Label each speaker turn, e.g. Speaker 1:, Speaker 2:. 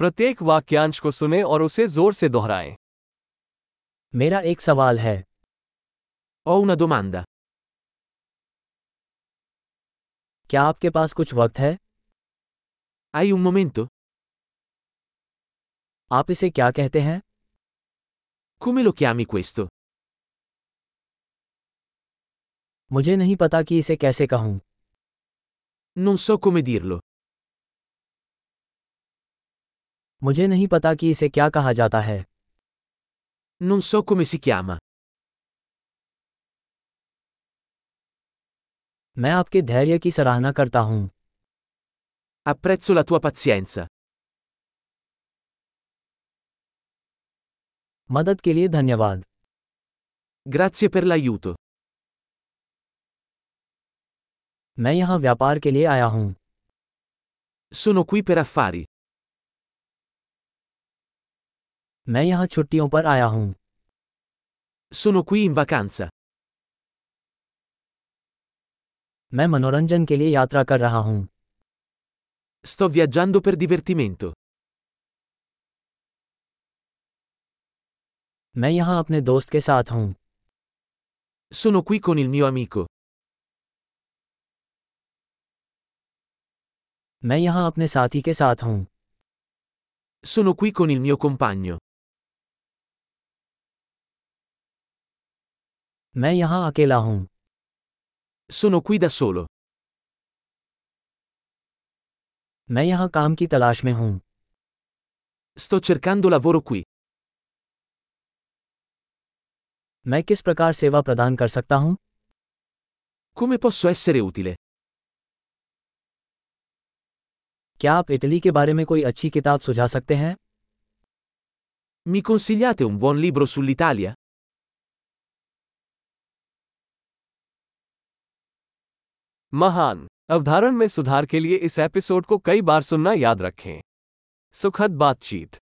Speaker 1: प्रत्येक वाक्यांश को सुने और उसे जोर से दोहराएं
Speaker 2: मेरा एक सवाल है
Speaker 3: Ho una domanda.
Speaker 2: क्या आपके पास कुछ वक्त है
Speaker 3: Hai un momento?
Speaker 2: आप इसे क्या कहते हैं
Speaker 3: Come lo chiami questo?
Speaker 2: मुझे नहीं पता कि इसे कैसे कहूँ
Speaker 3: Non so come dirlo.
Speaker 2: मुझे नहीं पता कि इसे क्या कहा जाता है
Speaker 3: Non so come si chiama.
Speaker 2: मैं आपके धैर्य की सराहना करता हूँ
Speaker 3: Apprezzo la tua pazienza.
Speaker 2: मदद के लिए धन्यवाद
Speaker 3: Grazie per l'aiuto.
Speaker 2: मैं यहाँ व्यापार के लिए आया हूँ
Speaker 3: Sono qui per affari.
Speaker 2: मैं यहाँ छुट्टियों पर आया हूँ
Speaker 3: Sono qui in vacanza.
Speaker 2: मैं मनोरंजन के लिए यात्रा कर रहा हूँ
Speaker 3: Sto viaggiando per divertimento.
Speaker 2: मैं यहाँ अपने दोस्त के साथ हूँ
Speaker 3: Sono qui con il mio amico.
Speaker 2: मैं यहाँ अपने साथी के साथ हूँ
Speaker 3: Sono qui con il mio compagno.
Speaker 2: मैं यहाँ अकेला हूँ
Speaker 3: Sono qui da solo.
Speaker 2: मैं यहाँ काम की तलाश में हूँ
Speaker 3: Sto cercando lavoro qui.
Speaker 2: मैं किस प्रकार सेवा प्रदान कर सकता हूँ
Speaker 3: Come posso essere utile?
Speaker 2: क्या आप इटली के बारे में कोई अच्छी किताब सुझा सकते हैं
Speaker 3: Mi consigliate un buon libro sull'Italia?
Speaker 1: महान अवधारण में सुधार के लिए इस एपिसोड को कई बार सुनना याद रखें सुखद बातचीत